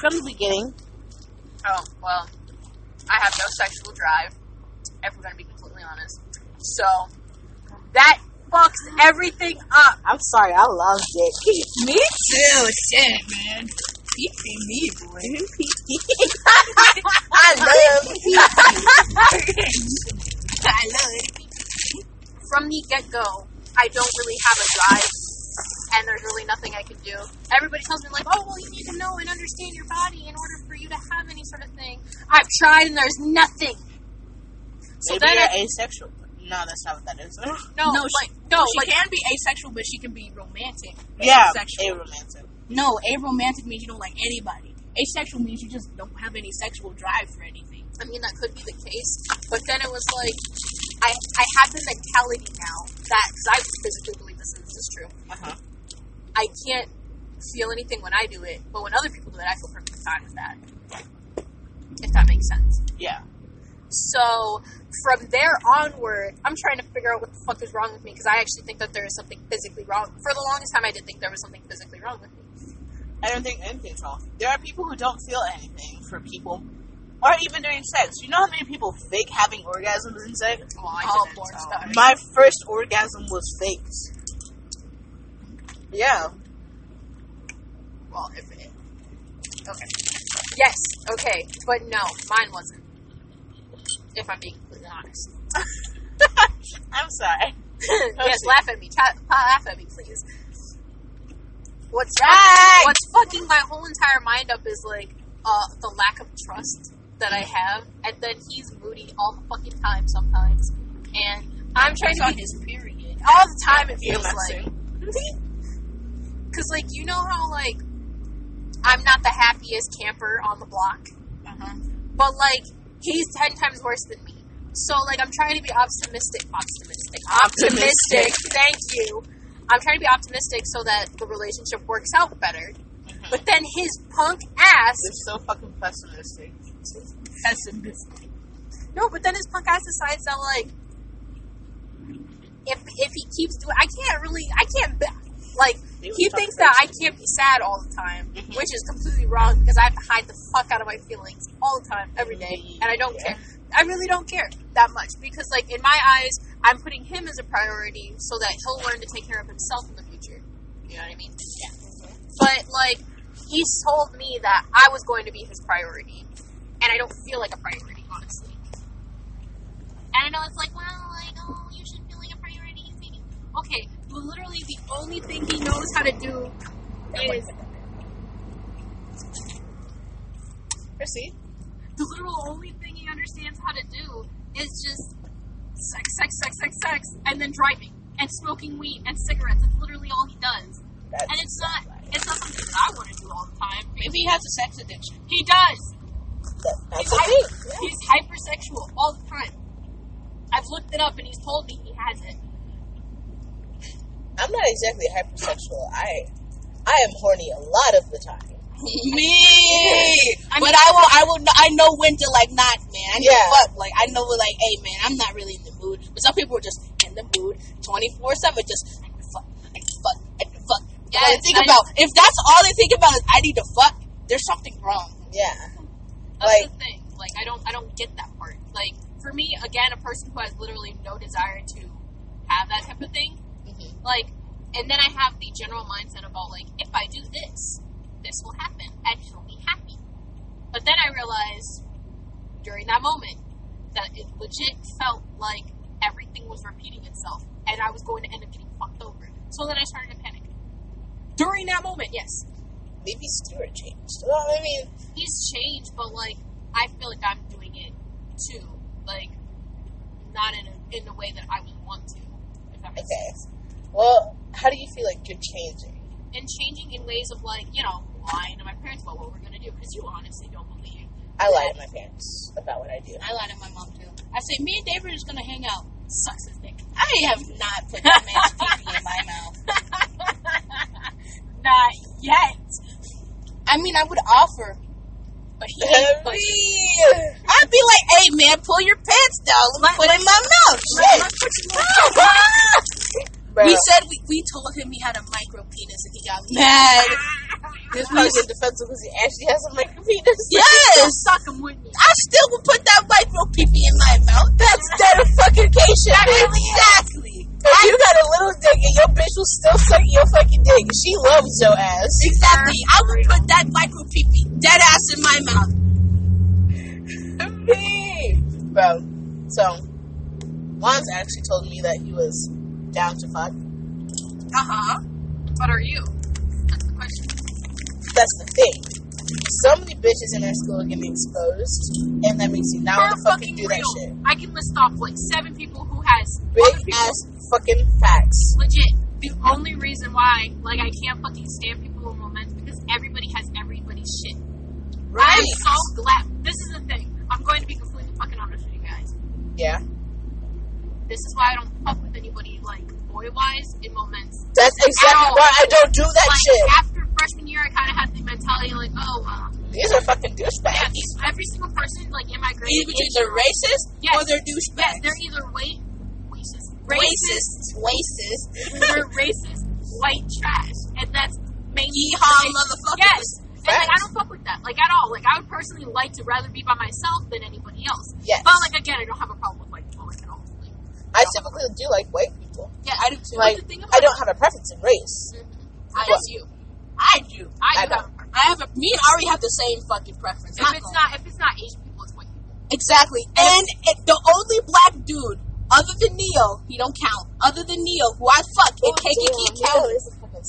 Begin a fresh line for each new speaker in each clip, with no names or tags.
from the beginning.
Um, Oh, well, I have no sexual drive, if we're going to be completely honest. So, that fucks everything up.
I'm sorry, I loved it.
Me too, shit, man. Peeping me, boy. I love I love it. From the get go, I don't really have a drive, and there's really nothing I can do. Everybody tells me, like, oh, well, you need to know and understand your body in order for you to have any sort of thing. I've tried, and there's nothing. So
Maybe
then
you're
I-
asexual. No, that's not what that is.
No,
No,
like, no,
she
like,
can be asexual, but she can be romantic.
yeah,
Asexual.
aromantic.
No, aromantic means you don't like anybody. Asexual means you just don't have any sexual drive for anything.
I mean, that could be the case. But then it was like, I, I have the mentality now that, because I physically believe this, and this is true.
Uh-huh.
I can't feel anything when I do it, but when other people do it, I feel perfectly fine with that. If that makes sense.
Yeah.
So from there onward, I'm trying to figure out what the fuck is wrong with me because I actually think that there is something physically wrong. For the longest time, I did think there was something physically wrong with me.
I don't think anything's wrong. There are people who don't feel anything for people, or even during sex. You know how many people fake having orgasms in sex?
Well, I
Oh,
didn't,
Lord,
so-
stop.
My first orgasm was faked. Yeah.
Well, if it. Okay. Yes. Okay. But no, mine wasn't. If I'm being completely honest.
I'm sorry.
yes, laugh at me. Ta- laugh at me, please. What's
Right.
What's fucking my whole entire mind up is like uh, the lack of trust that I have, and then he's moody all the fucking time sometimes, and I'm trying
He's
to
on
be
his period.
all the time. It
You're
feels like
messing.
because like you know how like I'm not the happiest camper on the block,
Uh-huh.
but like he's ten times worse than me. So like I'm trying to be optimistic, optimistic,
Optimistic.
optimistic. Thank you. I'm trying to be optimistic so that the relationship works out better.
Mhm.
But then his punk ass.
They're so fucking pessimistic.
Pessimist.
No, but then his punk ass decides that like, if if he keeps doing, I can't really, I can't. be- Like
They
he
were tough
thinks that I
first.
can't be sad all the time,
Mhm.
which is completely wrong because I have to hide the fuck out of my feelings all the time, every day, and I don't
Yeah.
care. I really don't care that much because, like, in my eyes, I'm putting him as a priority so that he'll learn to take care of himself in the future. You know what I mean? Yeah. But like, he told me that I was going to be his priority, and I don't feel like a priority, honestly. And I know it's like, well, like, oh, you should feel like a priority. You think okay, but literally the only thing he knows how to do is
Chrissy?
the literal only thing he understands how to do is just sex, sex, sex, sex, sex, and then driving and smoking weed and cigarettes. That's literally all he does.
That's
And it's not it's not something that I want to do all the time.
Maybe he has a sex addiction.
He does.
that- that's
I-
a thing.
He's hypersexual all the time. I've looked it up and he's told me he has it.
I'm not exactly hypersexual. I I am horny a lot of the time.
Me,
I mean-
but I will. I will. I know when to like not, man. I yeah.
Yeah.
fuck. Like I know, like, hey, man, I'm not really in the mood. But some people are just in the mood, twenty four seven, just I can fuck, I can fuck, I can fuck. Yeah,
Yes,
think
I
about if that's all they think about is I need to fuck. There's something wrong.
Yeah.
That's
Like-
the thing. Like I don't I don't get that part. Like for me, again, a person who has literally no desire to have that type of thing.
Mhm.
Like and then I have the general mindset about like if I do this, this will happen and she'll be happy. But then I realized during that moment that it legit felt like everything was repeating itself and I was going to end up getting fucked over. So then I started to panic. During that moment, yes.
Maybe Stuart changed. Well, I mean,
he's changed, but like I feel like I'm doing it too, like not in a, in the way that I would want to. If that makes
Okay.
sense.
well, how do you feel like you're changing?
And changing in ways of like you know lying to my parents about what we're gonna do because you honestly don't believe.
I lie to my parents about what I do.
I lied to my mom too. I say me and David are just gonna hang out.
Sucks his dick.
I have not put that man's pee in my mouth.
Not yet.
I mean, I would offer,
But he ain't- but
I'd be like, hey, man, pull your pants down. Let me put it in my mouth. Shit.
Bro,
We said we, we told him he had a micro penis and he got mad.
This probably get defensive because he actually has a micro penis.
Yes!
Suck him with me.
I still would put that micro peepee in my mouth.
That's dedication.
Exactly.
If you got a little dick and your bitch will still suck your fucking dick, she loves your ass.
Exactly. I would put that micro peepee dead ass in my mouth.
Bro, so Juan's actually told me that he was down to fuck.
Uh huh. But are you? That's the question.
That's the thing. So many bitches in our school get me exposed, and that makes you not want to fucking do that shit.
I can list off like seven people who has other
Big
people.
ass fucking facts.
legit. The only reason why like I can't fucking stand people in moments because everybody has everybody's shit. I'm so glad. This is the thing. I'm going to be completely fucking honest with you guys.
Yeah.
This is why I don't fuck with anybody like boy wise in moments.
That's exactly
Ow.
why I don't do that
like
shit.
after freshman year, I kind of had the mentality like, oh well,
These are fucking
yeah,
douchebags.
these, every single person like in my grade
Either
is
they're racist
Yes.
or they're
yes,
douchebags.
they're either white, racist, racist,
racist. Racist.
they're racist, white trash, and that's mainly
Yeehaw, motherfucker.
Yes. And like, I
Facts.
don't fuck with that, like at all. Like I would personally like to rather be by myself than anybody else.
Yes.
But like again, I don't have a problem with white people at all. Like,
I typically do like white people.
yeah,
I do too.
But
Like,
the thing about
I don't have a preference in race.
I
Yes, you. I do.
I,
I
do have a
don't.
preference.
I have a. Me and Ari have the same fucking preference.
If it's not if it's not Asian people, it's white people.
Exactly. And it, the only black dude, other than Neil, he don't count. Other than Neil, who I fuck and
Oh,
Kankakee County.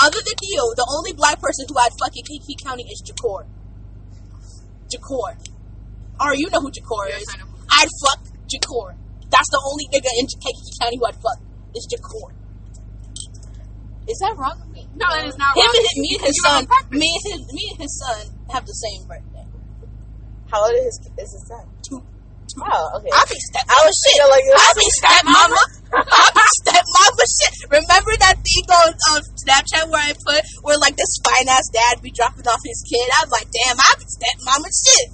Other than Neil, the only black person who I'd fuck in Kankakee County is Jakor. Jakor. Or you know who Jakor
Yes,
is.
I know who-
I'd fuck Jakor. That's the only nigga in Kankakee County who I'd fuck is Jakor. Is that wrong with me?
No, that is not
Him
wrong.
and his, me and his
You have a
son, me and his, me and his son have the same birthday.
How old is his, is his son?
Two.
Oh, okay.
I'll be step.
I was shit. Like,
I'll be stepmama. I'll be stepmama shit. Remember that thing on um, Snapchat where I put where like this fine ass dad be dropping off his kid? I'm like, damn, I'll be stepmama shit.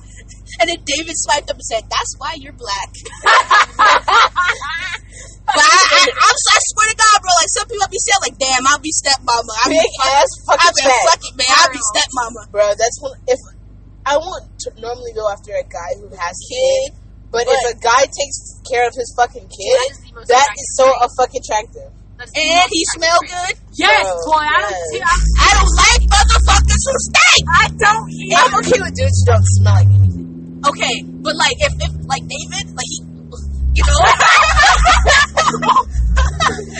And then David swiped up and said, "That's why you're black." but I, I, I'm, I swear to God, bro, like some people be saying, like, "Damn, I'll be stepmama." I'm
big ass
I'm
fucking fat.
fucking man. I'll be stepmama.
bro. That's when if I won't t- normally go after a guy who has a kid, but,
But-
if a guy takes care of his fucking
That
kid,
is the most
that
attractive
is so
trait.
a fucking attractive.
That's the
And
most
he
attractive
smell
trait.
good.
Yes,
Bro,
boy. I don't
yes.
see. I,
I don't like motherfuckers who stink. I don't.
I'm okay with dudes who don't smell like anything.
Okay, but like if, if like David, like he, you know,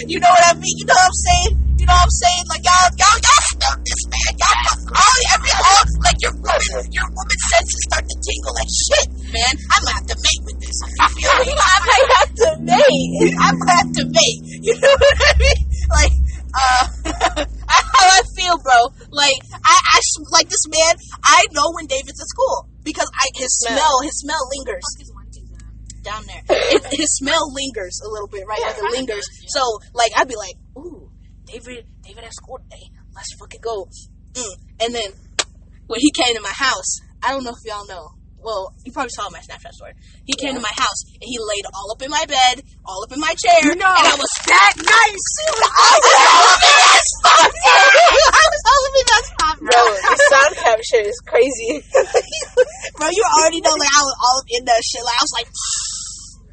you know what I mean. You know what I'm saying. You know what I'm saying. Like y'all, y'all, y'all smell this man. Y'all, fuck all every all like your woman, your woman senses start to tingle like shit, man. I'm gonna have to mate with this. You feel me? I might have to mate. I might have to mate. You know what I mean? Like. Uh, how I feel, bro. Like I, I, s- like this man. I know when David's at school because I his
Smell.
smell, his smell lingers
fuck is one dude that?
down there. It, his smell lingers a little bit, right?
Yeah,
Like, it
I
lingers.
know,
So, like, I'd be like, ooh, David, David at school today. Let's fucking go. Mm. And then when he came to my house, I don't know if y'all know. Well, you probably saw my Snapchat story. He came to my house and he laid all up in my bed, all up in my
No.
chair, and I was that nice. I was all up in his fucking. I was all up in his fucking.
Bro, the sound capture is crazy.
Bro, you already know, like I was all up in that shit. Like I was like,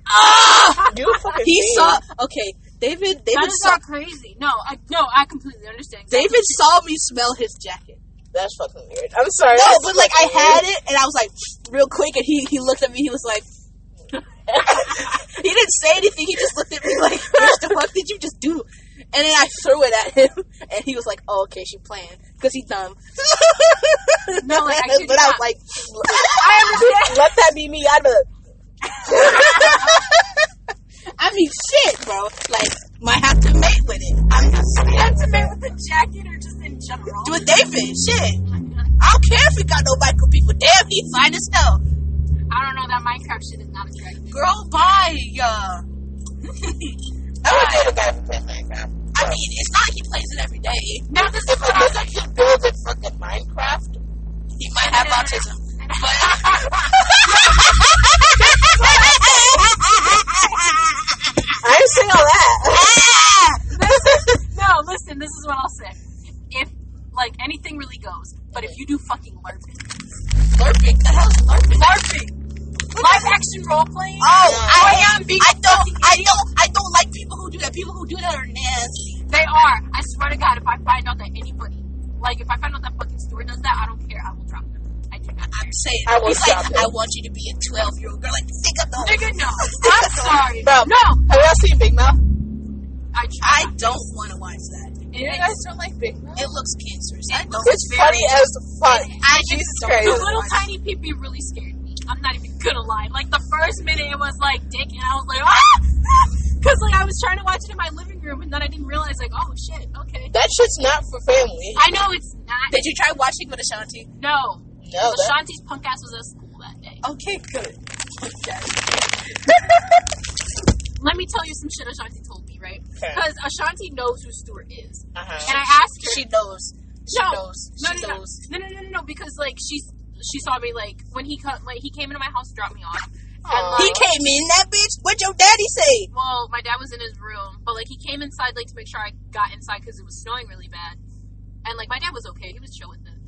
ah.
You fucking.
He
fiend.
saw. Okay, David.
That
David
is
saw.
not crazy. No, I no, I completely understand. exactly
David saw me smell his jacket.
That's fucking weird. I'm sorry.
No,
That's
but like I
fucking
had
weird.
it, and I was like, real quick, and he he looked at me. He was like, he didn't say anything. He just looked at me like, what the fuck did you just do? And then I threw it at him, and he was like, oh, okay, she playing because he dumb.
No, like, I kid you
but I was
not.
like,
Let that be me. I'm a.
I mean, shit, bro. Like, might have to mate with it. I'm not have to mate with the jacket or just in
general.
with David. Shit.
I
I don't care if he got no micro people. Damn, he fine as hell.
don't know. That Minecraft shit is not attractive.
Girl, bye. Uh,
I would date a guy who plays Minecraft.
I mean, it's not like he plays it every day.
No, this is
If a
what I was
nigga can build a fucking Minecraft,
He might have autism.
I ain't saying all that.
No, listen. This is what I'll say. If like anything really goes, But if you do fucking LARPing.
LARPing? The hell's LARPing?
LARPing! Live action role playing?
Oh, I,
am being
I don't, I don't, I don't like people who do that. People who do that are nasty.
They are. I swear to God, if I find out that anybody, like, if I find out that fucking store does that, I don't care. I will drop them. I do not care.
I'm saying,
I will
it's like,
stop it.
I want you to be a 12 year old girl. Like, think of those.
Nigga, no. I'm sorry.
Bro.
No.
Have y'all seen Big Mouth?
I try.
I don't want to watch that.
You
It
guys
is-
don't like Big Mouth?
It looks cancerous. I don't.
It's funny as fuck.
I
Jesus
just don't
Christ.
the
know.
little tiny peepee really scared me. I'm not even gonna lie. Like the first minute, it was like dick, and I was like, ah, because like I was trying to watch it in my living room, and then I didn't realize like, oh shit, okay.
That shit's not for family.
I know it's not.
Did you try watching with Ashanti?
No,
No, Oh, that,
Ashanti's punk ass was at school that day.
Okay, good. Okay.
Let me tell you some shit Ashanti told me, right?
Okay.
Because Ashanti knows who Stuart is, and
uh-huh.
I asked her.
She knows. She
No.
knows.
no, no,
she
no.
knows.
no, no, no, no, no, because like she's she saw me like when he co- like he came into my house, dropped me off, and
Aw.
like
He came in that bitch. What your daddy say?
Well, my dad was in his room, but like he came inside like to make sure I got inside because it was snowing really bad, and like my dad was okay. He was chill with it.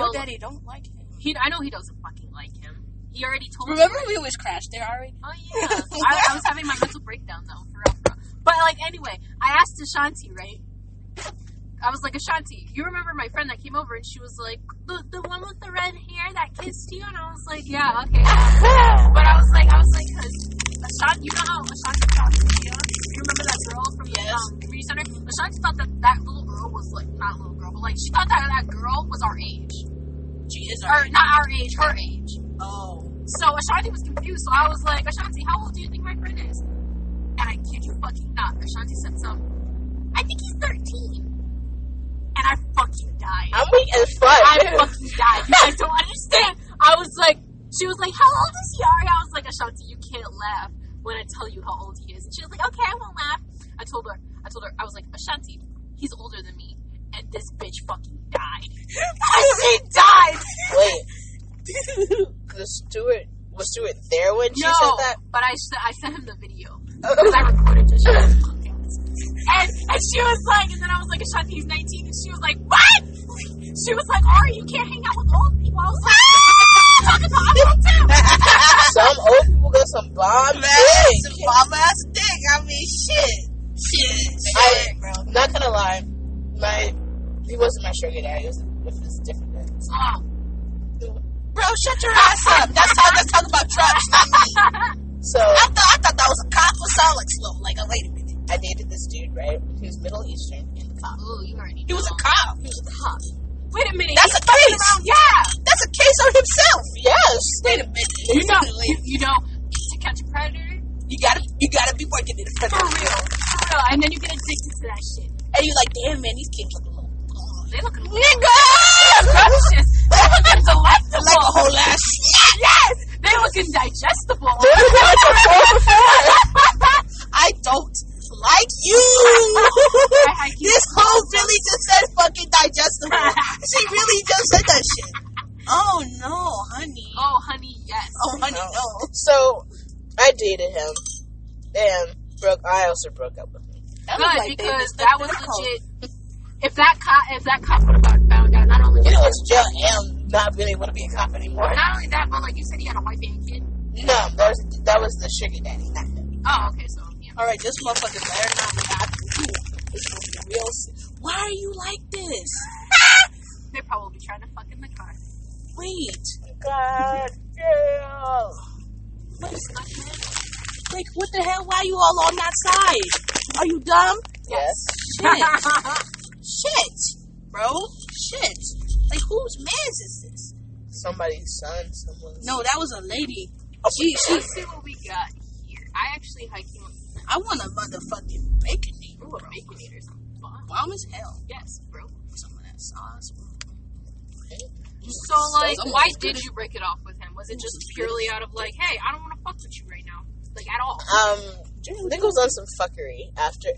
Well,
don't like him.
He, I know he doesn't fucking like him. He already told. me.
Remember we was crashed there already?
Oh yeah, I, I was having my mental breakdown though, for real, for real. But like anyway, I asked Ashanti, right? I was like, Ashanti, you remember my friend that came over and she was like, the, the one with the red hair that kissed you? And I was like, yeah, okay. but I was like, I was like, cause Ashanti, you know how Ashanti thought, you know, you remember that girl from the um, community center? Ashanti thought that that little girl was like, not little girl, but like she thought that that girl was our age.
She is
Or not our age, her age.
Oh.
So Ashanti was confused. So I was like, Ashanti, how old do you think my friend is? And I kid you fucking not. Ashanti said something. I think he's 13. And I fucking died.
I'm weak as fuck.
I fucking died. You guys don't understand. I was like, she was like, how old is he? Ari? I was like, Ashanti, you can't laugh when I tell you how old he is. And she was like, okay, I won't laugh. I told her, I told her, I was like, Ashanti, he's older than me. And this bitch fucking died. she died.
Wait. the Stuart was Stuart there when she
no,
said that?
but I, s- I sent him the video.
Oh.
because I recorded this shit. And, and she was like, and then I was like, Ashanti, he's 19. And she was like, what? She was like, Ari, you can't hang out with old people. I was like, talk about I'm old too.
some old people got some bomb
That's
dick.
mama ass dick. I mean, shit. Shit.
I-
Shit, bro.
Not gonna lie, my he wasn't my sugar daddy. It was, it was different. Daddy.
Oh.
Bro, shut your ass up. That's how let's talk about traps. not me.
So
I thought I thought that was a cop was solid slow. Like, oh, wait a minute.
I dated this dude, right? He was Middle Eastern and a cop.
Ooh, Oh, you already
He was a
know.
cop.
Wait a minute.
That's
he's
a
fucking
case.
around- Yeah.
That's a case on himself.
Yes,
Wait a minute.
You know, you, you know, to catch a predator,
You gotta you gotta be working in the front
for real, for real. And then you get addicted to that shit.
And you're like, damn man, these kids look a little oh,
They look delicious.
Nigga
They looking delectable.
like a whole ass
yes. They looking digestible.
They were going to four for four.
I don't like you.
I hate you.
this hoe really just said fucking digestible. she really just said that shit. Oh no, honey.
Oh, honey, yes.
Oh, honey, no.
So I dated him, and broke. I also broke up with him.
That
good
was like they
because
missed
that
the
was
miracle.
legit. If that cop, if that cop would have got found out, not only
You know, it's jail and not being able to be a cop anymore.
not only that, but like you said, he had a wife and kid.
No, that was that was the sugar daddy, not him.
Oh, okay, so yeah.
All right, this motherfucker better not laugh. Ooh, This is real. s- Why are you like this?
They're probably trying to fuck in the car.
Wait,
God damn.
what is like? What the hell? Why are you all on that side? Are you dumb?
Yes.
Shit, shit, bro, shit. Like whose man's is this?
Somebody's son. Someone's.
No, that was a lady.
Oh,
She, she.
Let's see what we got here. I actually hiking with
I want a motherfucking bacon
ooh, a baconator. Sounds fun.
Bomb as hell.
Yes, bro.
Some of that sauce.
So like,
Someone
why
was good.
did you break it off with him? Was it just purely out of like, hey, I don't want to fuck with you right now, like at all?
Um, Nick was on some fuckery after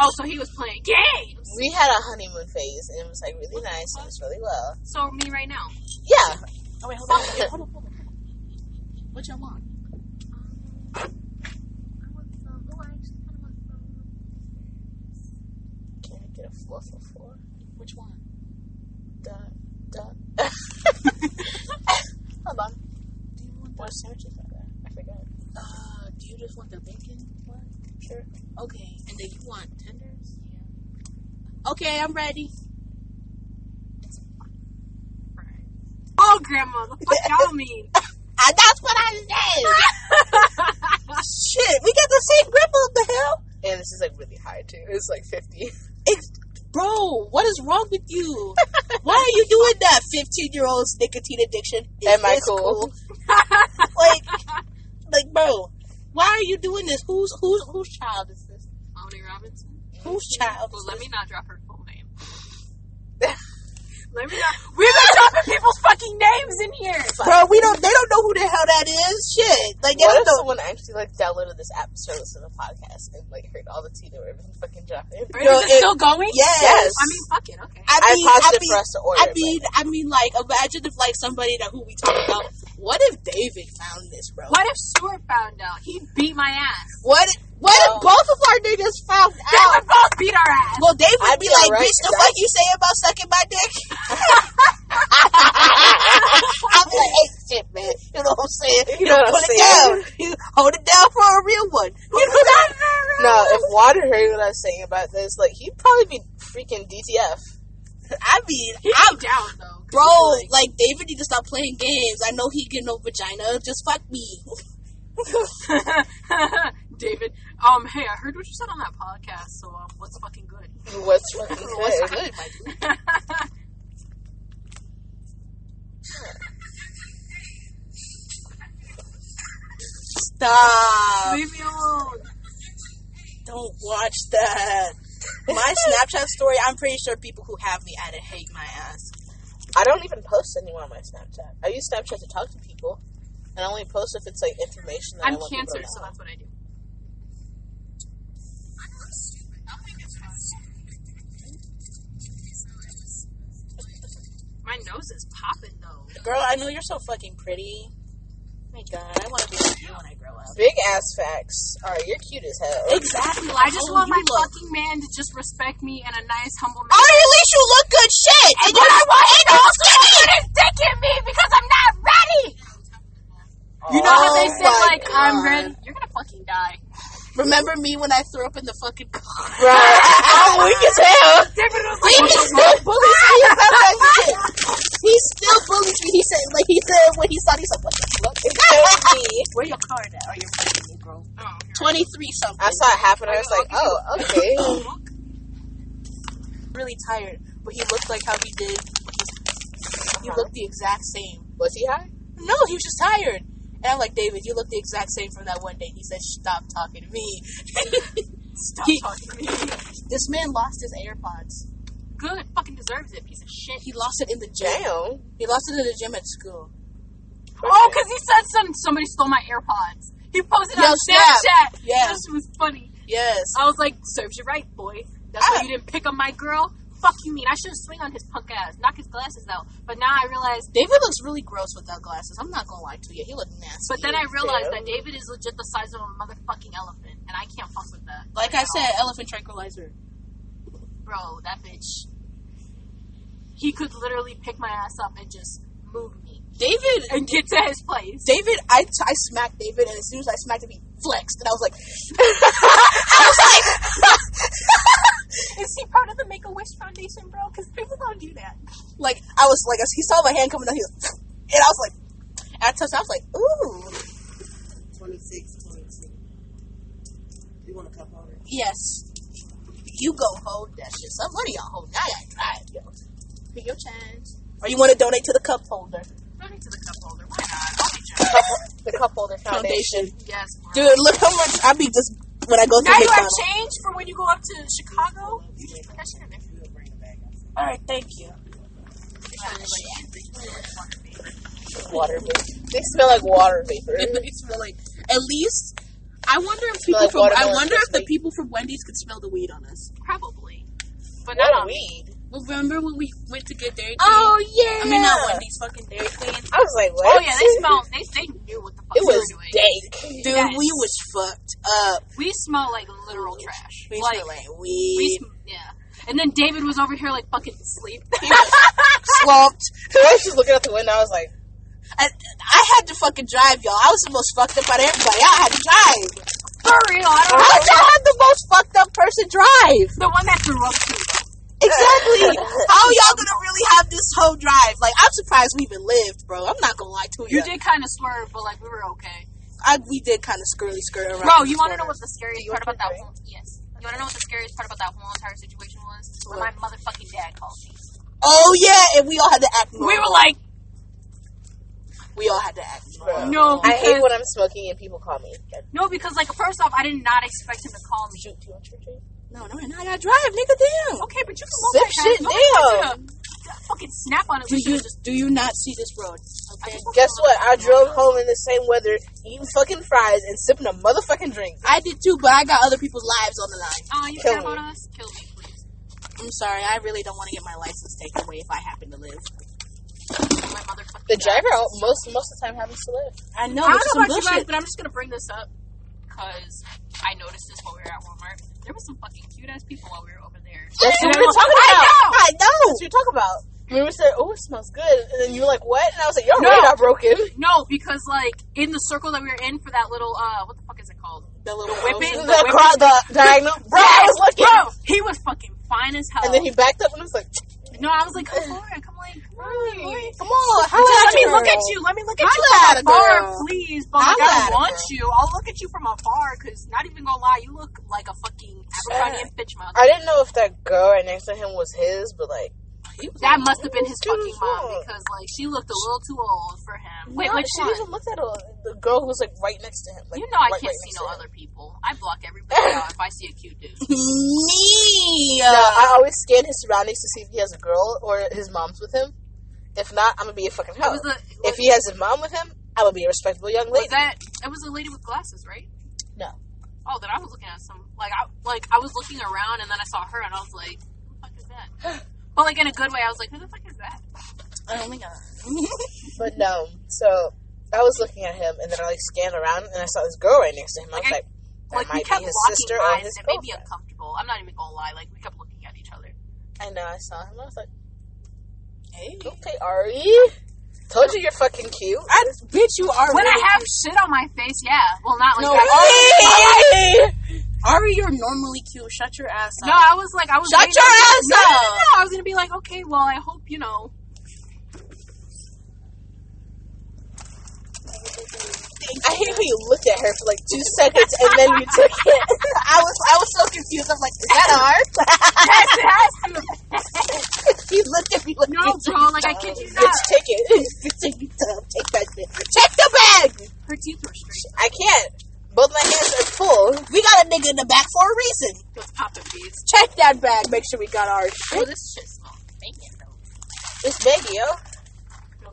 Oh, so he was playing games.
we had a honeymoon phase, and it was like really nice. It was really well.
So me right now.
Yeah.
Oh wait, hold on, hold on, hold on, hold on. What y'all want?
Can I get a four for four?
Which one?
The
Duh. Hold on. Do you want
What sandwiches are there? I forgot.
Uh, do you just want the bacon one?
Sure.
Okay, and then you want tenders? Yeah. Okay, I'm ready. Oh, Grandma, the fuck y'all mean?
Ah, that's what I said. Shit, we got the same grip. What the hell,
And this is like really high too. It's like 50.
bro? What is wrong with you? Why are you doing that? Fifteen-year-old's nicotine addiction. is-
Am I
is
cool?
like, like, bro, why are you doing this? Who's who's whose child is this?
Ollie Robinson?
Whose child?
Well,
Is
let
this?
me not drop her full name. let me not. We've been dropping people's fucking names in here!
Bro, we don't. They don't know who the hell that is. Shit, like they
What if
don't know.
someone actually like downloaded this app to listen to the podcast and like heard all the tea that we're fucking dropping?
Right,
No,
is it
it-
still going?
Yes.
Yes.
I mean, fuck it, okay.
I
I
mean, I
paused it
mean,
for us to order.
I
but-
mean, I mean, like, imagine if like somebody that who we talk about. What if David found this, bro?
What if Stuart found out? He beat my ass.
What? What
No.
if both of our niggas found
They
out?
would both beat our ass.
Oh. Well, they would
I'd
be,
be
like,
alright
"Bitch, the
with
fuck
that.
you say about sucking my dick?" I'd be like, "Hey, shit, man, you know what I'm saying?
You know what I'm
Pull it down,
saying?
you hold it down for a real one."
No, if Water heard what I was saying about this, like he'd probably be freaking DTF.
I mean,
He'd
I'm
be down though. 'cause
bro,
he'd be
like David need to stop playing games. I know he get no vagina. Just fuck me.
like- David, um, hey, I heard what you said on that podcast, so um, what's fucking good?
What's fucking
What's
good?
my dude? Uh, Stop.
Leave me alone.
Don't watch that. My Snapchat story, I'm pretty sure people who have me at it hate my ass.
I don't even post anymore on my Snapchat. I use Snapchat to talk to people, and I only post if it's like information that I
I'm
want
cancer,
people
so
to know.
that's what I do. My nose is popping though.
Girl, I know you're so fucking pretty. My god, I want to be like you when I grow up.
Big ass facts. All right, you're cute as hell.
Exactly.
I just
how
want my
you look.
fucking man to just respect me and a nice, humble man.
Ari, at least you look good shit! And
But
you're
I want him to
all
also put his dick in me because I'm not ready. You know how
Oh
they say
my
like I'm
God.
ready? You're gonna fucking die.
Remember me when I threw up in the fucking car?
Bruh, I'm weak as hell.
David was
He still bullies me about that shit. He still bullies me. He said, like, he said when he saw it, he's like, what the fuck is that? Where your card at? Are you kidding me, bro?
oh, here.
23 something.
I saw it happen. I was like, oh, okay.
really tired, but he looked like how he did. He looked the exact same.
Was he high?
No, he was just tired. And I'm like, David, you look the exact same from that one day. He said, stop talking to me.
Stop
He-
talking to me.
this man lost his AirPods.
Good, fucking deserves it, piece of shit.
He lost it in the gym.
Damn.
He lost it in the gym at school.
Oh, because he said some somebody stole my AirPods. He posted
Yo,
on
snap.
Snapchat.
Yeah.
This was funny.
Yes.
I was like, serves you right, boy. That's why
I-
you didn't pick up my girl. Fuck you mean. I should have swing on his punk ass, knock his glasses out. But now I realize
David looks really gross without glasses. I'm not gonna lie to you. He looked nasty.
but then I realized
Damn.
that David is legit the size of a motherfucking elephant, and I can't fuck with that.
like
at
I said, elephant tranquilizer.
all. bro, that bitch. He could literally pick my ass up and just move me
David,
and get to his place.
David, I, I smacked David, and as soon as I smacked him, he flexed, and I was like,
Is he part of the Make a Wish Foundation, bro? Because people don't do that.
like I was like, as he saw my hand coming down, he was, and I was like, and I touched, I was like, ooh,
26, 22. You want to cup over?
yes, you go hold that shit. Some one of y'all hold that. I tried, yo.
Pick your chance.
Or you want to donate to the cup holder
Running to the cup holder. Why not? I'll be generous.
The cup holder foundation.
Yes, bro.
dude. Look how much I be just when I go
Now
through
you have
McDonald's.
change for when you go up to Chicago. You just put that shit in there.
We'll bring it back.
All right, thank you.
Water vapor. They smell like water vapor.
It they smell like at least. I wonder if people
like
from I
watermelon
wonder if
this
the
week.
people from Wendy's could smell the weed on us.
Probably. But not
Not
on me.
weed.
Remember when we went to get Dairy Queen?
yeah.
I mean not Wendy's, fucking Dairy Queen.
I was like, what?
Oh yeah, they smell. They they knew what the fuck
It
they were
was
doing.
dank.
Dude,
Yes.
we was fucked up.
We smell like literal trash.
We
like
smelled like
we
weed.
sm- yeah. And then David was over here like fucking asleep.
He was slumped.
The wife's just looking out the window. I was like,
I, I had to fucking drive, y'all. I was the most fucked up out of everybody. I had to drive.
For real, I don't
How did
know.
y'all have the most fucked up person drive?
The one that threw up too.
Exactly. How y'all gonna really have this whole drive? Like, I'm surprised we even lived, bro. I'm not gonna lie to
You
you.
did kind of swerve, but like we were okay.
I, we did kind of scurly skirt around.
Bro, you want to
wanna
know what the scariest part about that? Whole, yes. You want to know what the scariest part about that whole entire situation was? When my
What?
motherfucking dad called me.
Oh yeah, and we all had to act.
We were
normal.
like,
we all had to act. normal.
no,
I hate
because,
when I'm smoking and people call me.
no, because like first off, I did not expect him to call me.
No, no, no, I gotta drive, nigga. Damn.
Okay, but you can
Zip
multitask.
shit
Nobody wants you
down.
to- to Fucking snap on it. We
Do you
should've just
do you not see this road?
I
Okay.
just-
Guess what? I drove home in the same weather, eating fucking fries and sipping a motherfucking drink.
I did too, but I got other people's lives on the line.
Oh, you
Kill
care
me.
about us? Kill me, please.
I'm sorry, I really don't want to get my license taken away if I happen to live.
My motherfucking
The
dad.
driver most most of the time happens to live.
I know.
I don't know
it's some
about you guys,
bullshit.
but I'm just gonna bring this up because I noticed this while we were at Walmart. There was some fucking cute ass people while we were over there.
That's
And
what
I
we were
was-
talking
I
about.
know!
I know.
That's what you talk about. We were saying, "Oh, it smells good," and then you were like, "What?" And I was like, "Your
No.
radar broken."
No, because like in the circle that we were in for that little uh, what the fuck is it called?
The little
Whip it.
roses.
The, cro- the diagonal, bro. I was looking,
Bro, he was fucking fine as hell.
and then he backed up and was like,
no, I was like, come forward, come like, come on, boy.
Come on, how
Let
about
me
you?
look at you. Let me look at you
Holla
from
at a
afar,
girl.
please. But like,
Holla
I
at a
don't want
girl.
you. I'll look at you from afar because not even gonna lie, you look like a fucking Abercrombie and Fitch model.
"I didn't know if that girl right next to him was his, but like,
That must have been his
Dude,
fucking mom
fuck.
because like she looked a little too old for him. Wait,
no,
which
she
one?
even looked at a, the girl who was like right next to him. Like,
you know I
right-
can't
right
see
next
no
to him.
other people. I block everybody out if I see a cute dude.
Me.
No, I always scan his surroundings to see if he has a girl or his mom's with him. If not, I'm gonna be a fucking
It
hoe.
was a
if he has his mom with him, I'm gonna be a respectable young
was
lady.
that it was a lady with glasses, right?
No.
Oh, then I was looking at some like I like I was looking around and then I saw her and I was like, who the fuck is that? But like in a good way, I was like, who the fuck is that?
I only got.
But no, so I was looking at him, and then I like scanned around, and I saw this girl right next to him. I was
Okay.
like, that
Like we
might
kept
be his
locking
sister or
eyes
his
and it made me
girlfriend.
uncomfortable. I'm not even gonna lie, like we kept looking at each other.
I know, I saw him. I was like,
Hey,
okay, Ari, told you you're fucking cute.
I bitch you are.
When I
really
have shit on my face, yeah. Well, not like
No,
that.
Ari!
cute. Ari, you're normally cute. Shut your ass up.
No, I was like, I was.
Shut
waiting-
your ass
no, No, no,
up!
no, I was gonna be like, okay, well, I hope you know.
I hate when you looked at her for like two seconds, and then you took it.
I was I was so confused. I'm like, is that ours?
Yes, it has to.
he looked at me like,
No, bro, like I kid you not.
Bitch, take it.
take, take that shit. Check the bag.
Her teeth were straight.
I can't. Both my hands are full.
We got a nigga in the back for a reason.
What's poppin', bees?
Check that bag. Make sure we got ours.
Oh, this shit smells bacon though.
It's oh. big, yo.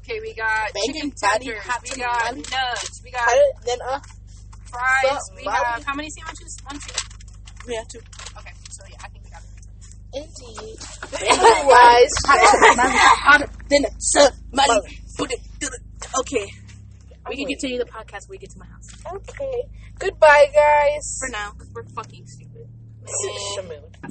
Okay, we got
Bacon,
chicken
patty,
tenders.
hot
We got
tamale.
nuts. We got
How did, then, uh,
fries.
Fuck,
We
Molly.
have how many sandwiches? One, two.
We have to.
Okay, so yeah, I think we got it.
indeed. Wise.
Then somebody
Molly.
put it. do it. Okay, we can continue the podcast when we get to my house.
Okay. Goodbye, guys.
For now, because we're fucking stupid.
Shamoon.